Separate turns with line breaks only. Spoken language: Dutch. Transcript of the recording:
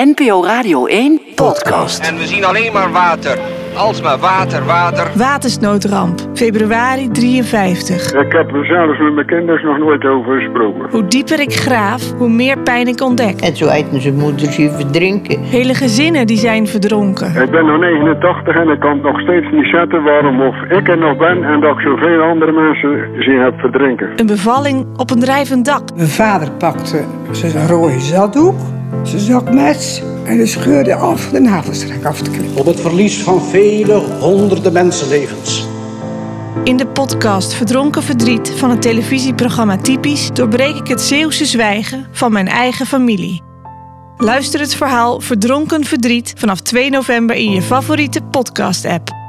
NPO Radio 1 podcast.
En we zien alleen maar water. Alsmaar water, water.
Watersnoodramp, februari 53.
Ik heb er zelfs met mijn kinderen nog nooit over gesproken.
Hoe dieper ik graaf, hoe meer pijn ik ontdek.
En zo eten ze moeder ze verdrinken.
Hele gezinnen die zijn verdronken.
Ik ben nog 89 en ik kan het nog steeds niet zetten waarom of ik er nog ben en dat ik zoveel andere mensen zien heb verdrinken.
Een bevalling op een drijvend dak.
Mijn vader pakte zijn rode zakdoek, zijn zakmes en scheurde af de navelstreng af te knippen.
op het verlies van vele honderden mensenlevens.
In de podcast Verdronken Verdriet van het televisieprogramma Typisch doorbreek ik het Zeeuwse zwijgen van mijn eigen familie. Luister het verhaal Verdronken Verdriet vanaf 2 november in je favoriete podcast-app.